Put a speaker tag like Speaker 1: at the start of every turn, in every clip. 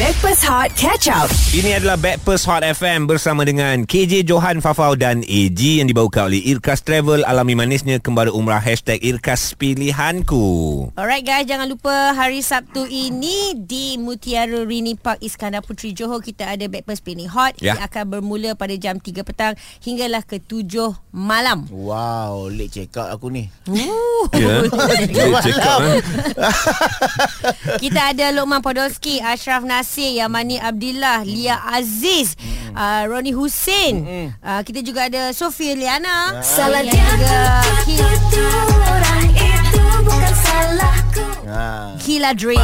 Speaker 1: Backpass Hot Catch Up.
Speaker 2: Ini adalah Backpast Hot FM bersama dengan KJ Johan Fafau dan AG yang dibawakan oleh Irkas Travel. Alami manisnya kembali umrah hashtag Irkas Pilihanku.
Speaker 3: Alright guys, jangan lupa hari Sabtu ini di Mutiara Rini Park Iskandar Puteri Johor kita ada Breakfast Pini Hot.
Speaker 2: Ya.
Speaker 3: Yeah. Ia akan bermula pada jam 3 petang hinggalah ke 7 malam.
Speaker 4: Wow, late check out aku ni.
Speaker 3: Ooh.
Speaker 2: Ya. Boleh check up, eh.
Speaker 3: kita ada Lokman Podolski, Ashraf Nasir, Yamani Abdillah, Lia Aziz, uh, Roni Hussein. Uh, kita juga ada Sofia Liana.
Speaker 5: Salah
Speaker 3: Dan
Speaker 5: dia
Speaker 3: juga
Speaker 5: tu, tu, tu, tu Orang itu bukan salahku
Speaker 4: Ha.
Speaker 3: Kila Dre.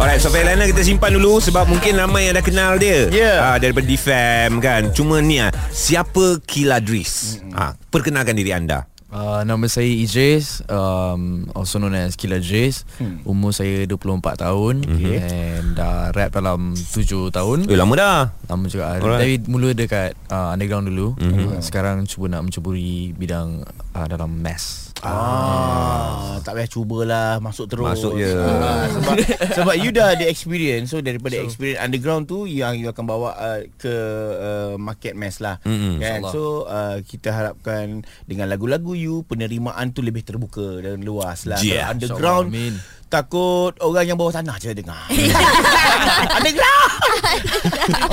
Speaker 2: Alright, so Felana kita simpan dulu sebab mungkin ramai yang dah kenal dia.
Speaker 4: Ya.
Speaker 2: Ah, daripada DFM kan. Cuma ni ah, siapa Kiladris? Ah, perkenalkan diri anda.
Speaker 6: Uh, nama saya Idris um, Also known as Killer Idris hmm. Umur saya 24 tahun okay. And dah uh, rap dalam 7 tahun
Speaker 2: Eh, lama dah.
Speaker 6: Lama juga
Speaker 2: Alright.
Speaker 6: Alright. Tapi mula dekat uh, underground dulu mm-hmm. Sekarang cuba nak menceburi bidang uh, dalam mass
Speaker 4: Ah, tak payah cubalah masuk terus.
Speaker 2: Masuk je.
Speaker 4: Ah, sebab sebab you dah ada experience. So daripada so, experience underground tu yang you akan bawa uh, ke uh, market mass lah.
Speaker 2: Mm-mm.
Speaker 4: Kan? So uh, kita harapkan dengan lagu-lagu you penerimaan tu lebih terbuka dan luas lah. Kalau
Speaker 2: Yeah.
Speaker 4: Underground
Speaker 6: InsyaAllah, amin.
Speaker 4: takut orang yang bawah tanah je dengar.
Speaker 2: Ya.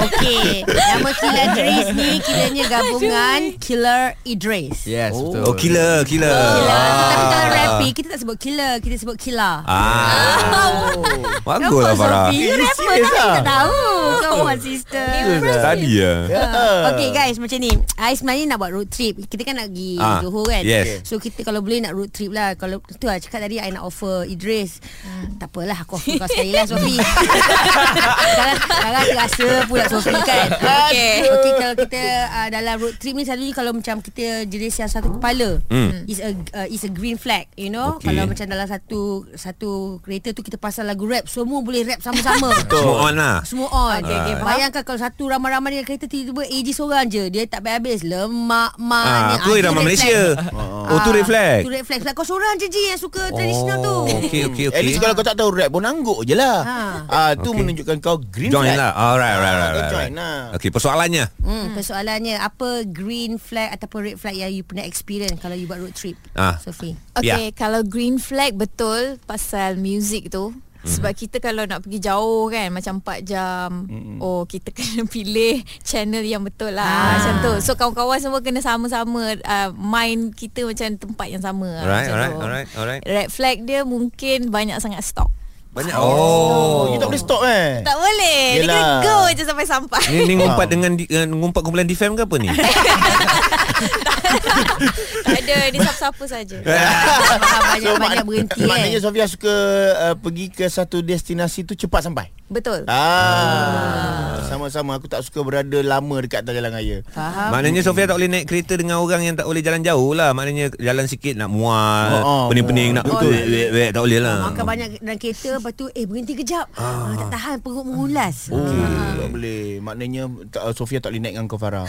Speaker 3: Okey, nama Kila Idris ni kiranya gabungan Killer Idris.
Speaker 6: Yes
Speaker 4: Oh.
Speaker 6: betul
Speaker 2: Oh, killer, killer.
Speaker 3: Killer. So,
Speaker 2: Ah.
Speaker 3: tapi kalau rapper kita tak sebut killer, kita sebut killer.
Speaker 2: Ah.
Speaker 4: Oh.
Speaker 2: Bagus lah
Speaker 3: Nampak
Speaker 2: Farah.
Speaker 3: Sophie? You
Speaker 4: Eh, you
Speaker 3: rapper
Speaker 4: serious
Speaker 3: tapi kita
Speaker 4: ah?
Speaker 3: tahu. Come on sister.
Speaker 2: Tadi ya.
Speaker 3: Ah, Okay guys macam ni I sebenarnya nak buat road trip Kita kan nak pergi
Speaker 2: Ah,
Speaker 3: ah, Johor kan
Speaker 2: yes.
Speaker 3: So kita kalau boleh nak road trip lah Kalau tu lah cakap tadi I nak offer Idris Tak apalah aku offer kau sekali lah Sofi Sekarang sekarang terasa pula Sofi kan Okay Okay kalau kita uh, dalam road trip ni Selalunya kalau macam kita jenis yang satu kepala
Speaker 2: Hmm.
Speaker 3: is a uh, is a green flag You know
Speaker 2: Okay.
Speaker 3: Kalau macam dalam satu Satu kereta tu kita pasang lagu rap Semua boleh rap sama-sama
Speaker 2: Semua on lah.
Speaker 3: semua on
Speaker 2: Okey, okey, faham.
Speaker 3: Ah, Bayangkan kalau satu ramai-ramai dengan kereta Tiba-tiba AG seorang je Dia tak habis-habis Lemak mak
Speaker 2: Ah,
Speaker 3: ni.
Speaker 2: aku
Speaker 3: Ah, tu
Speaker 2: irama
Speaker 3: red
Speaker 2: Malaysia.
Speaker 3: flag.
Speaker 2: Oh, tu
Speaker 3: Ah,
Speaker 2: red flag. Oh,
Speaker 3: Tu red flag Sebab Kau seorang je je Yang suka tradisional tu
Speaker 2: Okey, okey,
Speaker 4: Hmm. At
Speaker 2: okey.
Speaker 4: least kalau kau tak tahu rap pun angguk je lah.
Speaker 3: Ha.
Speaker 4: Ha. Ah, tu
Speaker 2: Okay.
Speaker 4: menunjukkan kau green
Speaker 2: Join
Speaker 4: flag.
Speaker 2: lah. Alright, alright, alright.
Speaker 4: Ah,
Speaker 2: right,
Speaker 4: kau join
Speaker 2: right.
Speaker 4: lah.
Speaker 2: Okey, persoalannya.
Speaker 3: hmm, Persoalannya Apa green flag Ataupun red flag Yang you pernah experience Kalau you buat road trip
Speaker 2: Ah.
Speaker 3: Sophie
Speaker 5: Okay kalau green flag betul Pasal music tu
Speaker 2: Mhm.
Speaker 5: sebab kita kalau nak pergi jauh kan Macam 4 jam
Speaker 2: Mhm.
Speaker 5: mm Oh kita kena pilih channel yang betul lah
Speaker 3: Ah.
Speaker 5: ah. Macam tu So kawan-kawan semua kena sama-sama uh, Mind kita macam tempat yang sama lah,
Speaker 2: Alright,
Speaker 5: macam
Speaker 2: alright,
Speaker 5: tu.
Speaker 2: alright, alright.
Speaker 5: Red flag dia mungkin banyak sangat stok
Speaker 2: Banyak. Oh.
Speaker 4: You tak boleh stop eh.
Speaker 5: Tak boleh Yelah. Dia
Speaker 4: Yelah.
Speaker 5: kena go je sampai-sampai
Speaker 2: Ni,
Speaker 4: Ah.
Speaker 2: ni ngumpat dengan di- dengan ngumpat kumpulan defam ke apa ni?
Speaker 5: Tak ada Dia siapa-siapa saja
Speaker 4: So,
Speaker 3: Banyak-banyak
Speaker 4: mak-
Speaker 3: berhenti
Speaker 4: Maknanya
Speaker 3: eh
Speaker 4: Sofia suka uh, pergi ke satu destinasi tu cepat sampai.
Speaker 5: Betul
Speaker 3: Ah.
Speaker 4: Ah. Sama-sama aku tak suka berada lama dekat atas jalan raya.
Speaker 3: Faham
Speaker 2: Maknanya Sofia tak boleh naik kereta dengan orang yang tak boleh jalan jauh lah. Maknanya jalan sikit nak mual,
Speaker 4: Oh, oh.
Speaker 2: pening-pening nak
Speaker 4: Betul.
Speaker 2: wek, wek, wek, tak boleh lah.
Speaker 3: Oh, Makan banyak dalam kereta Lepas tu Eh berhenti kejap ah. Tak tahan perut mengulas
Speaker 4: Oh, tak boleh. Maknanya tak, uh, Sofia tak boleh naik dengan kau Farah.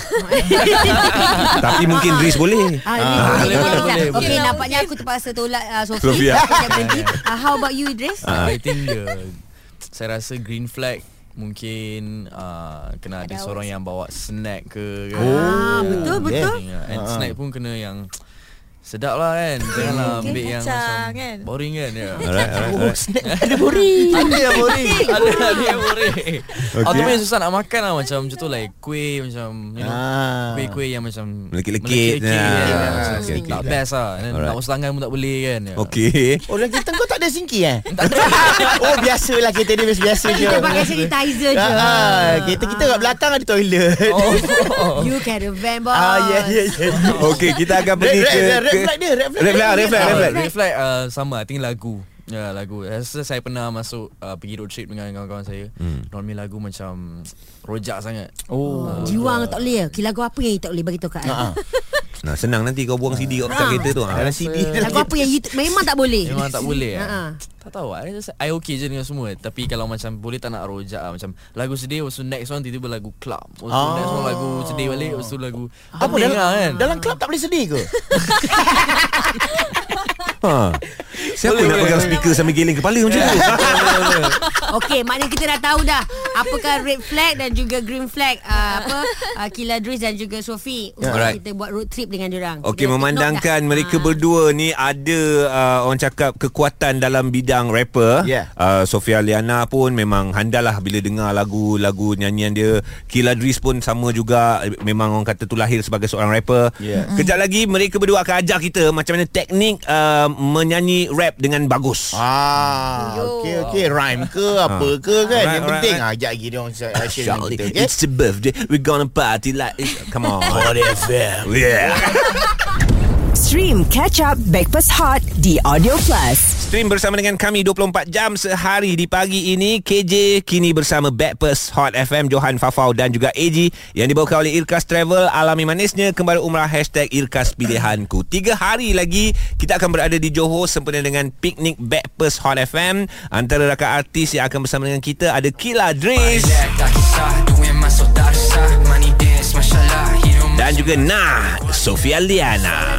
Speaker 2: Tapi mungkin Riz boleh.
Speaker 3: Ah, ah, boleh, boleh, boleh,
Speaker 5: boleh.
Speaker 3: Okay, nampaknya aku terpaksa tolak uh,
Speaker 2: Sophia.
Speaker 3: Sophie. Sekejap berhenti. Uh, how about you, Idris?
Speaker 6: uh, I think dia Saya rasa green flag Mungkin uh, Kena ada seorang yang bawa snack ke kan?
Speaker 3: Ah, betul, betul.
Speaker 6: Yeah. And snack pun kena yang Sedap lah kan Janganlah
Speaker 3: Okey,
Speaker 6: ambil yang
Speaker 5: kacang
Speaker 6: macam
Speaker 5: kan?
Speaker 6: Boring kan ya.
Speaker 2: Alright, alright.
Speaker 4: Oh,
Speaker 2: alright.
Speaker 6: Ada yang boring Ada ada yang boring okay. Atau yang susah nak makan lah Macam macam tu like Kuih macam you know,
Speaker 4: Ah.
Speaker 6: Kuih-kuih yang macam
Speaker 2: Melekit-lekit. Ya.
Speaker 6: melekit-lekit kan,
Speaker 2: Ya.
Speaker 6: macam
Speaker 2: Okey, okey.
Speaker 6: Tak best lah Dan
Speaker 2: Alright.
Speaker 6: Nak usah tangan pun tak boleh kan ya.
Speaker 2: Okey.
Speaker 4: Oh, dalam kereta kau tak ada sinki eh? oh, biasalah kereta dia biasa je.
Speaker 3: Kita pakai sanitizer je.
Speaker 4: Ah, kereta kita kat belakang ada toilet.
Speaker 6: Oh.
Speaker 3: You caravan, boss.
Speaker 4: Ah, ya, ya, ya.
Speaker 2: Okey, kita akan
Speaker 4: Red
Speaker 2: pergi
Speaker 4: red
Speaker 2: ke
Speaker 4: red red
Speaker 2: ke-
Speaker 4: flag dia, red flag.
Speaker 2: Red flag, red flag, red flag.
Speaker 6: Ah, Reflect uh, sama I think lagu Ya yeah, lagu Rasa saya pernah masuk uh, Pergi road trip dengan kawan-kawan saya hmm. Normally lagu macam Rojak sangat Oh
Speaker 3: Jiwang tak boleh. Okey, lagu apa yang you tak boleh bagi tahu kat I?
Speaker 2: Nah, senang nanti kau buang CD kat belakang kereta tu. ah.
Speaker 4: Dalam CD.
Speaker 3: Lagu apa yang you t- memang tak boleh?
Speaker 6: Memang tak boleh
Speaker 3: Ha, ha.
Speaker 6: eh? Tak tahu I, just, I okay je dengan semua Tapi kalau macam Boleh tak nak rojak lah. Macam lagu sedih Lepas tu next one Tiba-tiba lagu club Lepas tu next one lagu sedih balik Lepas tu lagu kan?
Speaker 4: Apa
Speaker 6: Pening
Speaker 4: dalam,
Speaker 6: lah kan
Speaker 4: dalam club tak boleh sedih ke?
Speaker 2: Ha. Siapa
Speaker 6: Boleh,
Speaker 2: nak
Speaker 6: boleh,
Speaker 2: pegang
Speaker 6: boleh.
Speaker 2: speaker sambil giling kepala macam tu?
Speaker 3: Okey, maknanya kita dah tahu dah apakah red flag dan juga green flag uh, apa uh, Kila Dris dan juga Sofi untuk
Speaker 2: Alright.
Speaker 3: kita buat road trip dengan diorang.
Speaker 2: Okey
Speaker 3: Kita
Speaker 2: memandangkan
Speaker 3: take note dah.
Speaker 2: mereka
Speaker 3: Ah.
Speaker 2: berdua ni ada uh, orang cakap kekuatan dalam bidang rapper.
Speaker 4: Yeah.
Speaker 2: Uh, Sofia Liana pun memang handal lah bila dengar lagu-lagu nyanyian dia. Kila Dris pun sama juga memang orang kata tu lahir sebagai seorang rapper.
Speaker 4: Yeah.
Speaker 2: Kejap lagi mereka berdua akan ajar kita macam mana teknik uh, menyanyi rap dengan bagus.
Speaker 4: Ah, okey okey rhyme ke apa ke kan
Speaker 2: Ah. Alright,
Speaker 4: yang penting
Speaker 2: alright,
Speaker 4: ah ajak lagi dia orang share share dengan
Speaker 2: Charlie,
Speaker 4: kita okey.
Speaker 2: it's the birthday. We're gonna party like it's... Come on.
Speaker 4: FM.
Speaker 2: yeah.
Speaker 1: Stream Catch Up Backpass Hot di Audio Plus.
Speaker 2: Stream bersama dengan kami 24 jam sehari di pagi ini KJ kini bersama Backpers Hot FM Johan Fafau dan juga AG Yang dibawa oleh Irkas Travel Alami manisnya Kembali umrah Hashtag Irkas Pilihanku Tiga hari lagi Kita akan berada di Johor Sempena dengan Piknik Backpers Hot FM Antara rakan artis yang akan bersama dengan kita Ada Kila Dris Dan juga Nah Sofia Liana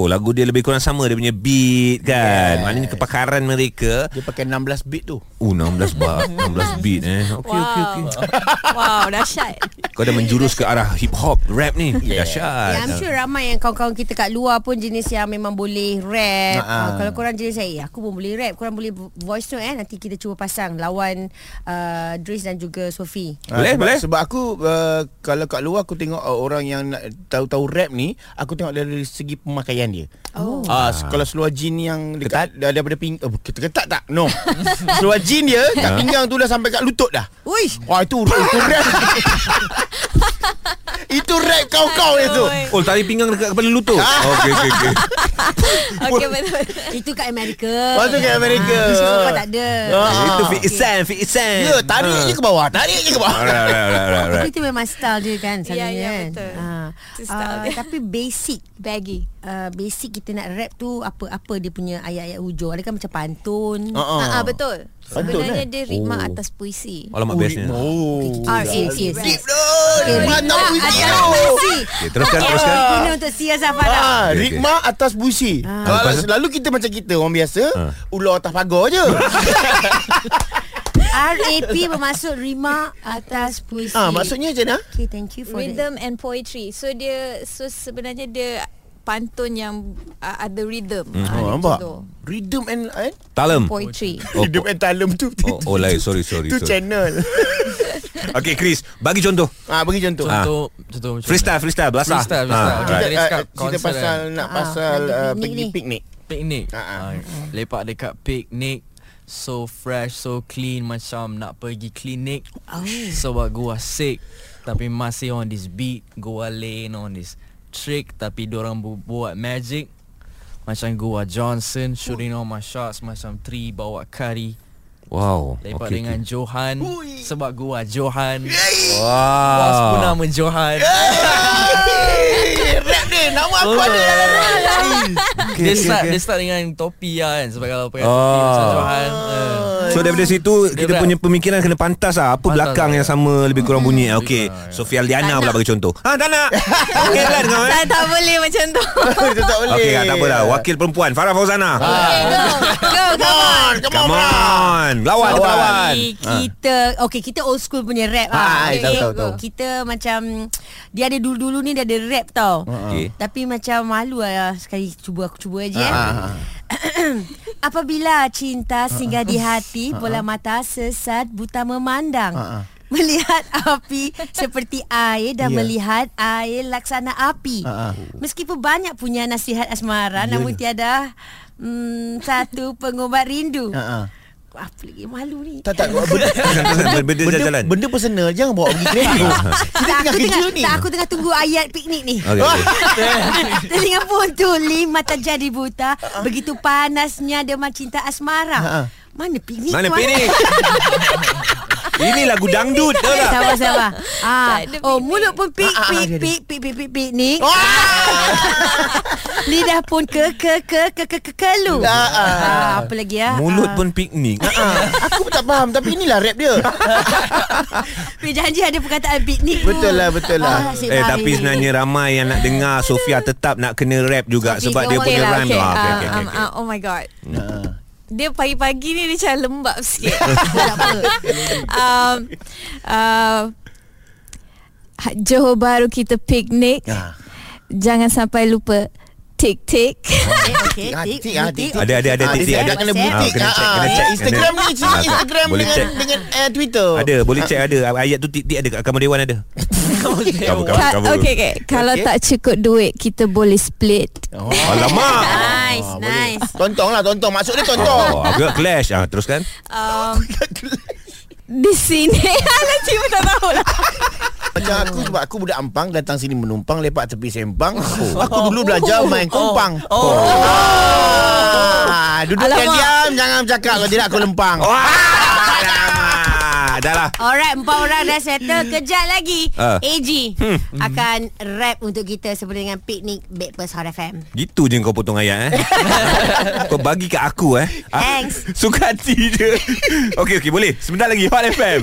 Speaker 2: Oh lagu dia lebih kurang sama Dia punya beat kan yes. Maknanya kepakaran mereka
Speaker 4: Dia pakai 16 bit tu.
Speaker 2: Oh 16 bar 16 beat eh Okey
Speaker 5: Wow.
Speaker 2: okey okey
Speaker 3: Ah.
Speaker 5: Wow dahsyat
Speaker 2: Kau dah menjurus ke arah hip hop rap ni yeah. Dahsyat
Speaker 3: Ya, I'm sure ramai yang kawan-kawan kita kat luar pun jenis yang memang boleh
Speaker 2: Ah,
Speaker 3: rap.
Speaker 4: Ha-ha.
Speaker 3: Uh, kalau korang jenis saya, eh, aku pun boleh rap. Korang boleh vo- voice note eh. Nanti kita cuba pasang lawan uh, Dris dan juga Sofi.
Speaker 4: Ah,
Speaker 2: Boleh,
Speaker 4: sebab,
Speaker 2: boleh.
Speaker 4: Sebab aku uh, kalau kat luar aku tengok uh, orang yang nak tahu-tahu rap ni, aku tengok dari segi pemakaian dia. Oh. Uh, kalau seluar jean yang dekat ketat? daripada ping oh, ketat, ketat tak? No. seluar jean dia
Speaker 2: Ah.
Speaker 4: kat pinggang tu dah sampai kat lutut dah.
Speaker 3: Ui,
Speaker 4: Wah itu itu rap. itu rap kau-kau itu.
Speaker 2: Oh tarik pinggang dekat kepala lutut Okey okey okey
Speaker 5: Okay betul
Speaker 3: itu kat Amerika.
Speaker 2: Oh,
Speaker 4: Lepas tu kat Amerika.
Speaker 3: Ah, di sini orang tak ada.
Speaker 4: Ah.
Speaker 2: Itu Fit Isan Fit Isan Ah.
Speaker 4: Ya, tarik je ke bawah, tarik je ke bawah.
Speaker 2: Alright alright alright,
Speaker 3: Tapi
Speaker 2: alright.
Speaker 3: itu memang style dia kan
Speaker 5: Ya,
Speaker 3: selalunya
Speaker 5: ya,
Speaker 3: kan.
Speaker 5: betul.
Speaker 3: Ah.
Speaker 5: Itu style
Speaker 3: Ah,
Speaker 5: dia.
Speaker 3: tapi basic
Speaker 5: Baggy
Speaker 3: uh, basic kita nak rap tu apa apa dia punya ayat-ayat hujung. Ada kan macam pantun.
Speaker 4: Ah, ah. eh?
Speaker 5: Ah, ah, betul.
Speaker 4: Betul,
Speaker 5: Sebenarnya dia
Speaker 2: Oh.
Speaker 5: ritma atas puisi.
Speaker 2: Alamak bestnya
Speaker 4: Oh.
Speaker 3: R A T S.
Speaker 4: Deep down. Mana puisi
Speaker 3: Ada
Speaker 4: tu?
Speaker 3: puisi.
Speaker 2: okay, Teruskan teruskan
Speaker 3: Ini untuk Sia Safana.
Speaker 4: Ah,
Speaker 2: Okey,
Speaker 4: Rigma atas busi.
Speaker 3: Ah.
Speaker 4: Kalau selalu kita macam kita orang biasa,
Speaker 2: Ah.
Speaker 4: ular atas pagar je.
Speaker 3: RAP bermaksud rima atas puisi.
Speaker 4: ah, maksudnya macam mana?
Speaker 2: Oh,
Speaker 3: Okay, thank you for that.
Speaker 5: Rhythm and poetry. So dia so sebenarnya dia pantun yang uh, ada rhythm. Mm.
Speaker 4: Oh, nampak. Hmm. Rhythm and eh?
Speaker 2: Talam
Speaker 5: Poetry.
Speaker 2: Oh,
Speaker 4: Rhythm and Talem tu.
Speaker 2: Oh, oh lain sorry sorry,
Speaker 4: Tu
Speaker 2: sorry.
Speaker 4: channel.
Speaker 2: Okay Chris Bagi contoh
Speaker 4: ah, bagi contoh. Ah.
Speaker 6: Contoh Contoh macam
Speaker 2: Freestyle freestyle Belasah
Speaker 6: Freestyle, freestyle.
Speaker 2: Ah,
Speaker 6: Okey.
Speaker 2: alright.
Speaker 6: Jadi cakap
Speaker 4: Kita, kita
Speaker 6: konsert
Speaker 4: pasal nak
Speaker 3: Ah,
Speaker 4: pasal
Speaker 3: pergi
Speaker 4: ah,
Speaker 3: piknik
Speaker 4: pergi
Speaker 3: ni.
Speaker 4: piknik.
Speaker 6: Piknik
Speaker 4: Ha, ha.
Speaker 6: uh-huh. Lepak dekat piknik So fresh So clean Macam nak pergi klinik oh. Sebab gua sick Tapi masih on this beat Gua lain on this trick Tapi dorang bu- buat magic Macam gua Johnson Shooting all my shots Macam three Bawa kari
Speaker 2: Wow okey,
Speaker 6: Lepak okay, dengan
Speaker 2: okey.
Speaker 6: okay. Johan Sebab gua Johan Bos pun
Speaker 2: Wow
Speaker 6: nama Johan
Speaker 4: Eh, Rap dia nama aku
Speaker 2: Oh.
Speaker 4: ada dalam rap.
Speaker 6: Dia start Dia start dengan topi lah kan Sebab kalau pakai topi
Speaker 2: Oh.
Speaker 6: Macam Johan eh.
Speaker 2: So daripada situ
Speaker 6: Dia
Speaker 2: kita
Speaker 6: rap.
Speaker 2: punya pemikiran kena pantas lah Apa
Speaker 6: Pantas
Speaker 2: belakang
Speaker 6: lah.
Speaker 2: yang sama lebih kurang bunyi. Okey,
Speaker 6: ya.
Speaker 2: Sofia Liana pula bagi contoh. Ha tak nak. Okey lah dengan eh.
Speaker 5: Tak, tak boleh macam tu.
Speaker 4: Itu tak boleh.
Speaker 2: Okey, ha, tak apalah. Wakil perempuan Farah Fauzana.
Speaker 5: Okay, go. Go,
Speaker 4: Come
Speaker 5: go.
Speaker 4: on, come on.
Speaker 2: Come
Speaker 4: bro.
Speaker 2: on. Lawan kita lawan.
Speaker 3: Ni Kita Okay kita old school punya rap
Speaker 4: Ah,
Speaker 3: Okay,
Speaker 4: tahu, tahu,
Speaker 3: kita-
Speaker 4: tahu.
Speaker 3: Kita macam Dia ada dulu-dulu ni Dia ada rap tau
Speaker 2: Okey.
Speaker 3: Tapi macam malu lah Sekali cuba aku cuba je eh.
Speaker 4: Ah.
Speaker 3: Apabila cinta singgah di hati Bola mata sesat Buta memandang
Speaker 4: Ah, ah.
Speaker 3: Melihat api seperti air dan
Speaker 4: Ya.
Speaker 3: melihat air laksana api.
Speaker 4: Ah, ah.
Speaker 3: Meskipun banyak punya nasihat asmara namun tiada mm, satu pengubat rindu.
Speaker 4: Ah, ah.
Speaker 3: Apa lagi malu ni?
Speaker 4: Tak tak benda,
Speaker 2: Benda
Speaker 4: benda,
Speaker 2: jalan.
Speaker 4: benda personal jangan bawa pergi kereta. Kita
Speaker 3: Tak,
Speaker 4: tengah
Speaker 3: aku
Speaker 4: kerja
Speaker 3: tengah,
Speaker 4: ni.
Speaker 3: tak, aku tengah tunggu ayat piknik ni
Speaker 2: Okey. okey.
Speaker 3: Telinga pun tuli Mata jadi buta Begitu panasnya Demam cinta asmara
Speaker 4: Ha-ha.
Speaker 3: Mana piknik
Speaker 2: Mana
Speaker 3: tu,
Speaker 2: pilih? Ini lagu dangdut Tahu tak
Speaker 3: Sabar sabar. Ah,
Speaker 5: Tak ada
Speaker 3: oh
Speaker 5: picnic.
Speaker 3: mulut pun pik
Speaker 4: Ah, ah,
Speaker 3: pik
Speaker 4: ada, ada.
Speaker 3: pik pik pik pik piknik. Lidah pun ke ke ke ke ke ke kelu.
Speaker 4: Ah, ah.
Speaker 3: Ah, apa lagi ah?
Speaker 2: Mulut
Speaker 3: Ah.
Speaker 2: pun piknik
Speaker 4: Ha, Aku pun tak faham Tapi inilah rap dia Ha.
Speaker 3: Tapi janji ada perkataan piknik. tu.
Speaker 4: Betul lah, betul
Speaker 3: Ah,
Speaker 4: lah.
Speaker 3: nasib
Speaker 2: Eh
Speaker 3: baik.
Speaker 2: tapi sebenarnya ramai yang nak dengar Sofia tetap nak kena rap juga
Speaker 3: Sofia,
Speaker 2: Sebab dia
Speaker 3: kau
Speaker 2: punya
Speaker 3: boleh lah,
Speaker 2: rhyme
Speaker 5: okay.
Speaker 2: Ah,
Speaker 5: Ah,
Speaker 2: okay, okay,
Speaker 5: um,
Speaker 2: okay.
Speaker 5: ah, Oh my god
Speaker 4: Ah.
Speaker 5: Dia pagi-pagi ni Dia macam lembab sikit um, uh, Johor Baru kita piknik
Speaker 2: Ha.
Speaker 4: Ah.
Speaker 5: Jangan sampai lupa Tik-tik
Speaker 3: Eh, okey,
Speaker 4: Ah,
Speaker 3: tik,
Speaker 4: tik, ah,
Speaker 3: tik.
Speaker 4: tik.
Speaker 2: Ada ada ada
Speaker 4: Ah,
Speaker 2: titik
Speaker 4: dia
Speaker 2: ada
Speaker 4: kena
Speaker 3: WhatsApp.
Speaker 4: butik.
Speaker 2: Ah, kena check, kena
Speaker 4: Ah,
Speaker 2: check, kena-
Speaker 4: Instagram ni sini
Speaker 2: Ah,
Speaker 4: Instagram
Speaker 2: boleh
Speaker 4: dengan
Speaker 2: check.
Speaker 4: dengan eh, Twitter.
Speaker 2: Ada boleh check ada Ayat tu titik ada Kat kamar dewan ada Cover cover
Speaker 5: Ka-
Speaker 2: cover
Speaker 5: okay, okay. Kalau
Speaker 4: Okey.
Speaker 5: tak cukup duit Kita boleh split
Speaker 4: Oh.
Speaker 2: Alamak
Speaker 3: Nice,
Speaker 4: Ah, boleh.
Speaker 3: nice.
Speaker 4: Tonton lah tonton Maksud dia tonton
Speaker 2: Oh, agak clash ah, Teruskan
Speaker 5: um, Di sini Alah cuma tak tahu lah
Speaker 4: Macam
Speaker 7: Ya.
Speaker 4: aku sebab aku budak ampang Datang sini menumpang Lepak tepi sembang
Speaker 7: Oh.
Speaker 4: Aku dulu belajar main kompang oh. Ah, Duduk
Speaker 5: Alamak.
Speaker 4: diam Jangan bercakap Kalau tidak aku lempang
Speaker 5: Ah.
Speaker 7: Oh.
Speaker 2: Ah, Alamak Dah lah
Speaker 3: Alright, empat orang dah settle. Kejap lagi.
Speaker 2: Ah.
Speaker 3: AG akan rap untuk kita sebelum dengan piknik Breakfast Hot FM.
Speaker 2: Gitu je kau potong ayat eh Kau bagi kat aku eh Ah,
Speaker 3: Thanks.
Speaker 2: Suka hati je Okey okey boleh Sebentar lagi Hot FM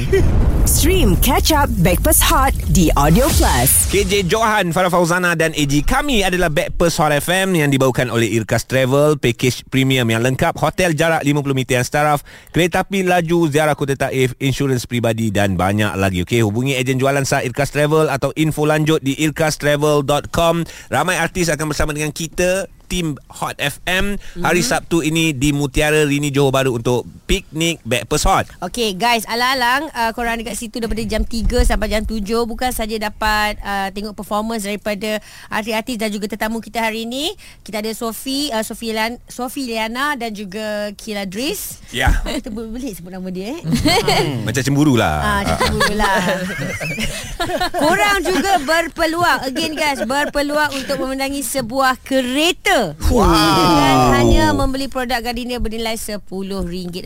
Speaker 1: Stream Catch Up Breakfast Hot di Audio Plus.
Speaker 2: KJ Johan, Farah Fauzana dan AG Kami adalah Backpers Hot FM Yang dibawakan oleh Irkas Travel Package premium yang lengkap Hotel jarak 50 meter yang staraf Kereta api laju Ziarah Kota Taif Insurans peribadi Dan banyak lagi Okey, Hubungi ejen jualan sah Irkas Travel Atau info lanjut di irkastravel.com Ramai artis akan bersama dengan kita Tim Hot FM Hari
Speaker 3: Mhm.
Speaker 2: Sabtu ini di Mutiara Rini Johor Bahru Untuk piknik Backpers Hot
Speaker 3: Okay guys Alang-alang uh, Korang dekat situ Daripada jam 3 Sampai jam 7 Bukan saja dapat uh, Tengok performance Daripada artis-artis Dan juga tetamu kita hari ini Kita ada Sofi uh, Sofi Lian, Sofi Liana Dan juga Kila Dris
Speaker 2: Ya,
Speaker 3: Kita boleh boleh sebut nama dia eh
Speaker 2: Hmm, macam cemburu lah
Speaker 3: Ah, dia tunggu pula. Korang juga berpeluang Again guys Berpeluang untuk memenangi Sebuah kereta wow. Dengan hanya membeli produk Gardenia Bernilai RM10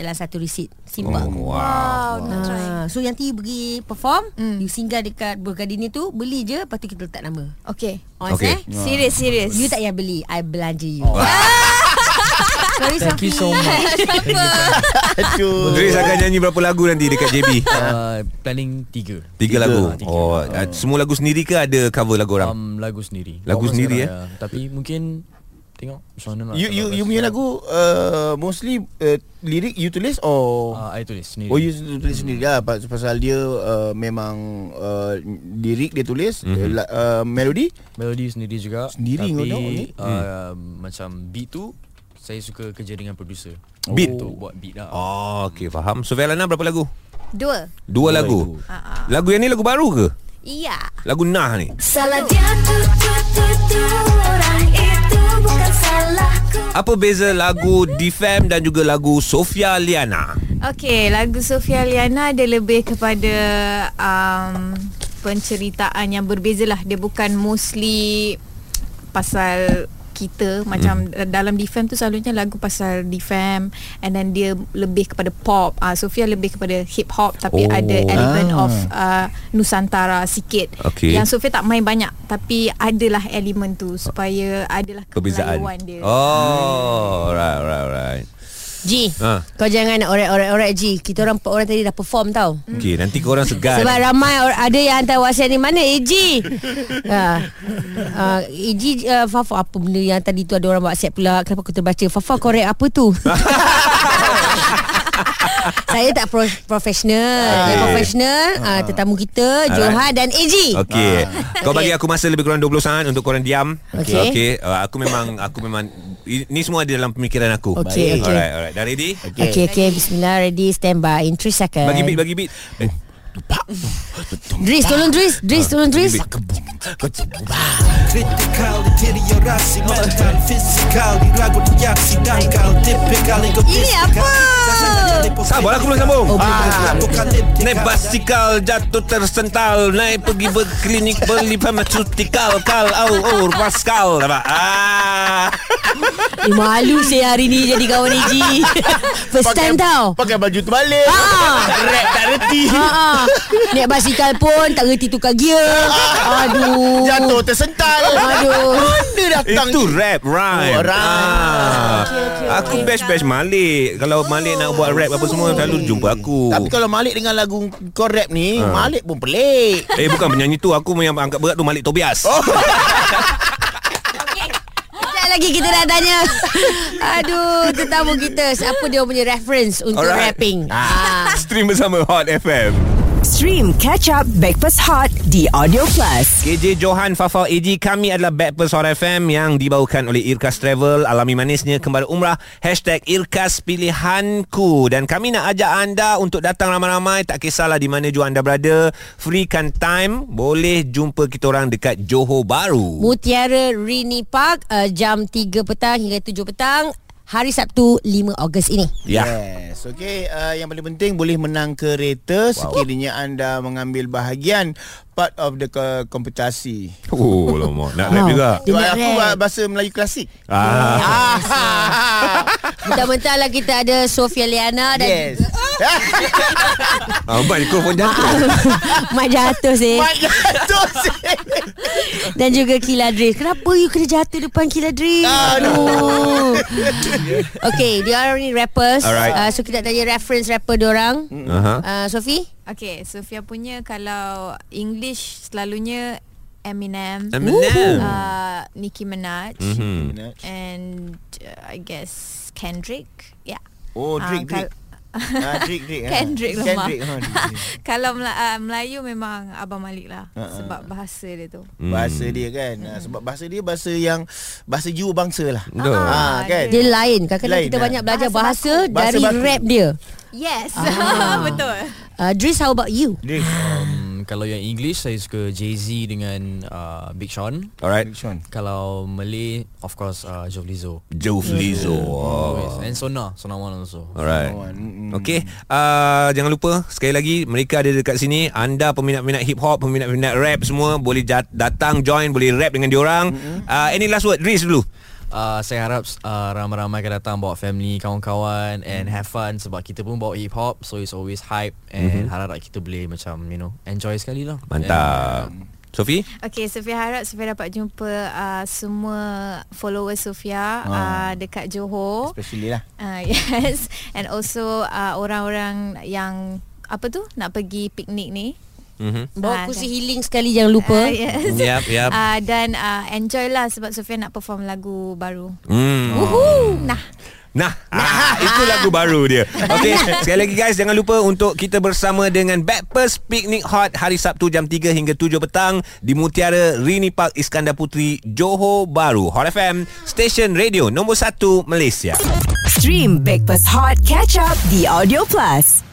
Speaker 3: dalam satu resit Simple
Speaker 2: Oh, Wow
Speaker 3: Ah, so yang Yanti pergi perform
Speaker 5: Hmm.
Speaker 3: You singgah dekat Burger Gardenia tu Beli je Lepas tu kita letak nama
Speaker 5: Okay
Speaker 3: Ons
Speaker 2: Okay.
Speaker 3: okay. eh
Speaker 5: Serius, serius
Speaker 3: You tak payah beli I belanja you Sorry
Speaker 6: Thank
Speaker 3: Sophie.
Speaker 6: you so much
Speaker 4: Aduh
Speaker 2: Dris akan nyanyi berapa lagu nanti dekat JB?
Speaker 6: uh, Planning tiga ah,
Speaker 2: Tiga lagu.
Speaker 6: tiga.
Speaker 2: Oh, uh, semua lagu sendiri ke ada cover lagu orang?
Speaker 6: um, Lagu sendiri
Speaker 2: Lagu
Speaker 6: Walaupun
Speaker 2: sendiri, eh?
Speaker 6: sekarang, ya, Tapi mungkin Tengok macam mana lah
Speaker 4: You you
Speaker 6: kalau
Speaker 4: you punya lagu uh, mostly uh, lirik you tulis or
Speaker 7: Ah,
Speaker 6: uh, I tulis sendiri
Speaker 4: Oh you tulis sendiri lah pas- pasal dia uh, memang uh, lirik dia tulis mm-hmm. uh, la- uh, melodi
Speaker 6: Melodi sendiri juga
Speaker 4: Sendiri
Speaker 6: Tapi
Speaker 4: kau tengok ni?
Speaker 6: uh,
Speaker 2: Hmm.
Speaker 6: Macam beat tu Saya suka kerja dengan producer
Speaker 2: Oh. Beat?
Speaker 6: Untuk buat beat lah
Speaker 2: Oh, okey faham. So Velana berapa lagu?
Speaker 3: Dua
Speaker 2: Dua lagu.
Speaker 3: Ah,
Speaker 2: Lagu yang ni lagu baru ke?
Speaker 3: Iya
Speaker 2: Lagu Nah ni.
Speaker 8: Salah dia tu tu tu tu Orang itu bukan salahku
Speaker 2: Apa beza lagu Defam dan juga lagu Sofia Liana?
Speaker 5: Okay Lagu Sofia Liana Dia lebih kepada um, Penceritaan yang berbeza lah Dia bukan mostly Pasal kita macam
Speaker 2: Hmm.
Speaker 5: dalam defam tu selalunya lagu pasal defam and then dia lebih kepada pop ah uh, Sofia lebih kepada hip hop tapi
Speaker 2: Oh. Ah.
Speaker 5: ada element of uh, nusantara sikit
Speaker 2: Okay. Ah.
Speaker 5: yang Sofia tak main banyak tapi adalah elemen tu supaya adalah
Speaker 2: Perbezaan.
Speaker 5: kemelayuan dia
Speaker 2: Oh, right right right.
Speaker 3: G
Speaker 2: Ha.
Speaker 3: Kau jangan nak orek-orek-orek G Kita orang empat orang tadi dah perform tau
Speaker 2: Okey, nanti korang segan.
Speaker 3: Sebab ramai or- ada yang hantar WhatsApp ni mana AG. ha. Uh, AG uh, Fafa apa benda yang tadi tu ada orang WhatsApp pula. Kenapa aku terbaca? Fafa korek apa tu? Saya tak pro- profesional.
Speaker 2: Okey.
Speaker 3: Okay. Profesional uh, tetamu kita Johan dan AG.
Speaker 2: Ah. Okey.
Speaker 3: Ah.
Speaker 2: Kau bagi aku masa lebih kurang 20 saat untuk korang diam.
Speaker 3: Okey.
Speaker 2: Okey, uh, aku memang aku memang i- ni semua ada dalam pemikiran aku.
Speaker 3: Okey,
Speaker 2: Baik.
Speaker 3: okey.
Speaker 2: Alright, alright. Dah ready?
Speaker 3: Okay. okay, okay. Bismillah, ready, stand by in 3 seconds.
Speaker 2: Bagi beat, bagi beat. Eh,
Speaker 3: Dris, tolong Dris.
Speaker 2: Ah,
Speaker 3: Dris, tolong Dris. Ini apa?
Speaker 2: Sabar lah, aku belum sambung.
Speaker 3: Oh,
Speaker 2: ah. Naik basikal jatuh tersental Naik pergi berklinik beli farmacutikal Kal au or pascal Nampak? Ah.
Speaker 7: Eh, malu saya hari ni jadi kawan Eji. First
Speaker 4: pakai,
Speaker 7: time tau.
Speaker 4: Pakai baju terbalik
Speaker 7: Ah.
Speaker 4: Rap tak reti
Speaker 7: Ha ah. Naik basikal pun tak reti tukar gear. Aduh.
Speaker 4: Jatuh tersental
Speaker 7: Aduh.
Speaker 4: Mana datang
Speaker 2: Itu rap rhyme
Speaker 4: Oh, rhyme.
Speaker 2: Ah. Aku bash-bash Malik Kalau Malik nak buat rap Apa semua Selalu jumpa aku
Speaker 4: Tapi kalau Malik dengan lagu kau rap ni
Speaker 2: Ah.
Speaker 4: Malik pun pelik
Speaker 2: Eh bukan penyanyi tu Aku yang angkat berat tu Malik Tobias oh.
Speaker 3: Sekejap lagi kita dah tanya Aduh Tetamu kita Siapa dia punya reference Untuk
Speaker 2: Alright.
Speaker 3: Alright. rapping ah.
Speaker 2: Stream bersama Hot FM
Speaker 1: Stream Catch Up Breakfast Hot di Audio Plus.
Speaker 2: KJ Johan Fafau AG Kami adalah Backpers Hot FM Yang dibawakan oleh Irkas Travel Alami manisnya Kembali umrah Hashtag Irkas Pilihanku Dan kami nak ajak anda Untuk datang ramai-ramai Tak kisahlah di mana jua anda berada Freekan time Boleh jumpa kita orang Dekat Johor Baru
Speaker 3: Mutiara Rini Park uh, Jam 3 petang hingga 7 petang Hari Sabtu 5 Ogos ini
Speaker 2: Ya
Speaker 4: Yes. Okey, uh, yang paling penting boleh menang kereta wow. sekiranya anda mengambil bahagian part of the ke- kompetisi.
Speaker 2: Oh lama Nak rap juga
Speaker 4: Dia
Speaker 3: nak
Speaker 4: aku
Speaker 3: rap.
Speaker 4: rap. bahasa Melayu klasik.
Speaker 2: ah.
Speaker 3: Mentah-mentah lah kita ada Sofia Liana Dan
Speaker 4: Yes.
Speaker 3: yes.
Speaker 2: Abang mikrofon jatuh
Speaker 3: Mak jatuh sih
Speaker 4: Mak jatuh sih.
Speaker 3: Dan juga Kiladris Kenapa you kena jatuh depan Kiladris Aduh Okay Dia orang ni rappers
Speaker 2: Alright.
Speaker 3: uh, So kita nak tanya reference rapper diorang
Speaker 4: Hmm.
Speaker 2: Aha.
Speaker 3: uh, Sofi
Speaker 5: Okay, Sofia punya kalau English selalunya Eminem,
Speaker 2: Eminem.
Speaker 5: uh, Nicki Minaj,
Speaker 2: Hmm.
Speaker 3: Ah.
Speaker 4: Kan?
Speaker 5: and uh, I guess Kendrick. Yeah.
Speaker 4: Oh,
Speaker 5: Ah,
Speaker 4: Drake, Drake.
Speaker 5: kal-
Speaker 4: Ah, Drake, Drake. ah.
Speaker 5: Kendrick lemah.
Speaker 4: Kendrick. ha, Drake.
Speaker 5: Kalau Mela- uh, Melayu memang Abang Malik lah uh-uh. sebab bahasa dia tu.
Speaker 2: Hmm.
Speaker 4: Bahasa dia kan ah, Sebab bahasa dia Bahasa yang Bahasa jiwa bangsa lah
Speaker 2: Betul.
Speaker 4: ah, kan?
Speaker 3: Dia lain Kadang-kadang
Speaker 4: Lain,
Speaker 3: kita
Speaker 4: ah.
Speaker 3: banyak belajar bahasa, bahasa
Speaker 4: baku.
Speaker 5: Bahasa
Speaker 3: Dari
Speaker 4: Bahasa baku.
Speaker 3: rap dia
Speaker 5: Yes.
Speaker 3: Ah.
Speaker 5: Betul.
Speaker 3: uh, Dris how about you?
Speaker 4: Drake
Speaker 6: Hmm, kalau yang English saya suka Jay-Z dengan uh, Big Sean.
Speaker 2: Alright
Speaker 4: Which one?
Speaker 6: Kalau Malay of course uh, Jov Lizzo.
Speaker 2: Jove Lizzo
Speaker 6: Always. And Sona, Sona Wan also.
Speaker 2: Oh. Alright
Speaker 4: One, mm, mm.
Speaker 2: Okay uh, Hmm. Jangan lupa Sekali lagi Mereka ada dekat sini Anda peminat-peminat hip hop Peminat-peminat rap semua Boleh jat- datang join Boleh rap dengan diorang mm-hmm. uh, Any last word Riz dulu
Speaker 6: Uh, saya harap uh, ramai-ramai akan datang bawa family, kawan-kawan and have fun sebab kita pun bawa hip hop so it's always hype and mm-hmm. harap kita boleh macam you know enjoy sekali lah.
Speaker 2: Mantap Sofi
Speaker 5: Okay, Sofia harap Sofia dapat jumpa uh, semua follower
Speaker 4: Ah.
Speaker 5: Sofia uh, dekat Johor.
Speaker 4: Especially lah
Speaker 5: Uh, yes. And also uh, orang-orang yang apa tu nak pergi piknik ni.
Speaker 2: mm-hmm.
Speaker 3: Bawa
Speaker 5: Ah,
Speaker 3: kursi
Speaker 5: dah.
Speaker 3: healing sekali Jangan lupa
Speaker 5: Uh, yes.
Speaker 2: Yap yap
Speaker 5: Uh, dan uh, enjoy lah sebab Sofia nak perform lagu baru.
Speaker 2: Hmm.
Speaker 5: Woohoo. Nah.
Speaker 2: Nah, ah, itu lagu baru dia. Okey, sekali lagi guys jangan lupa untuk kita bersama dengan Backpers Picnic Hot hari Sabtu jam 3 hingga 7 petang di Mutiara Rini Park Iskandar Putri Johor Bahru. Hot FM, stesen radio nombor 1 Malaysia.
Speaker 1: Stream Breakfast Hot Catch Up di Audio Plus.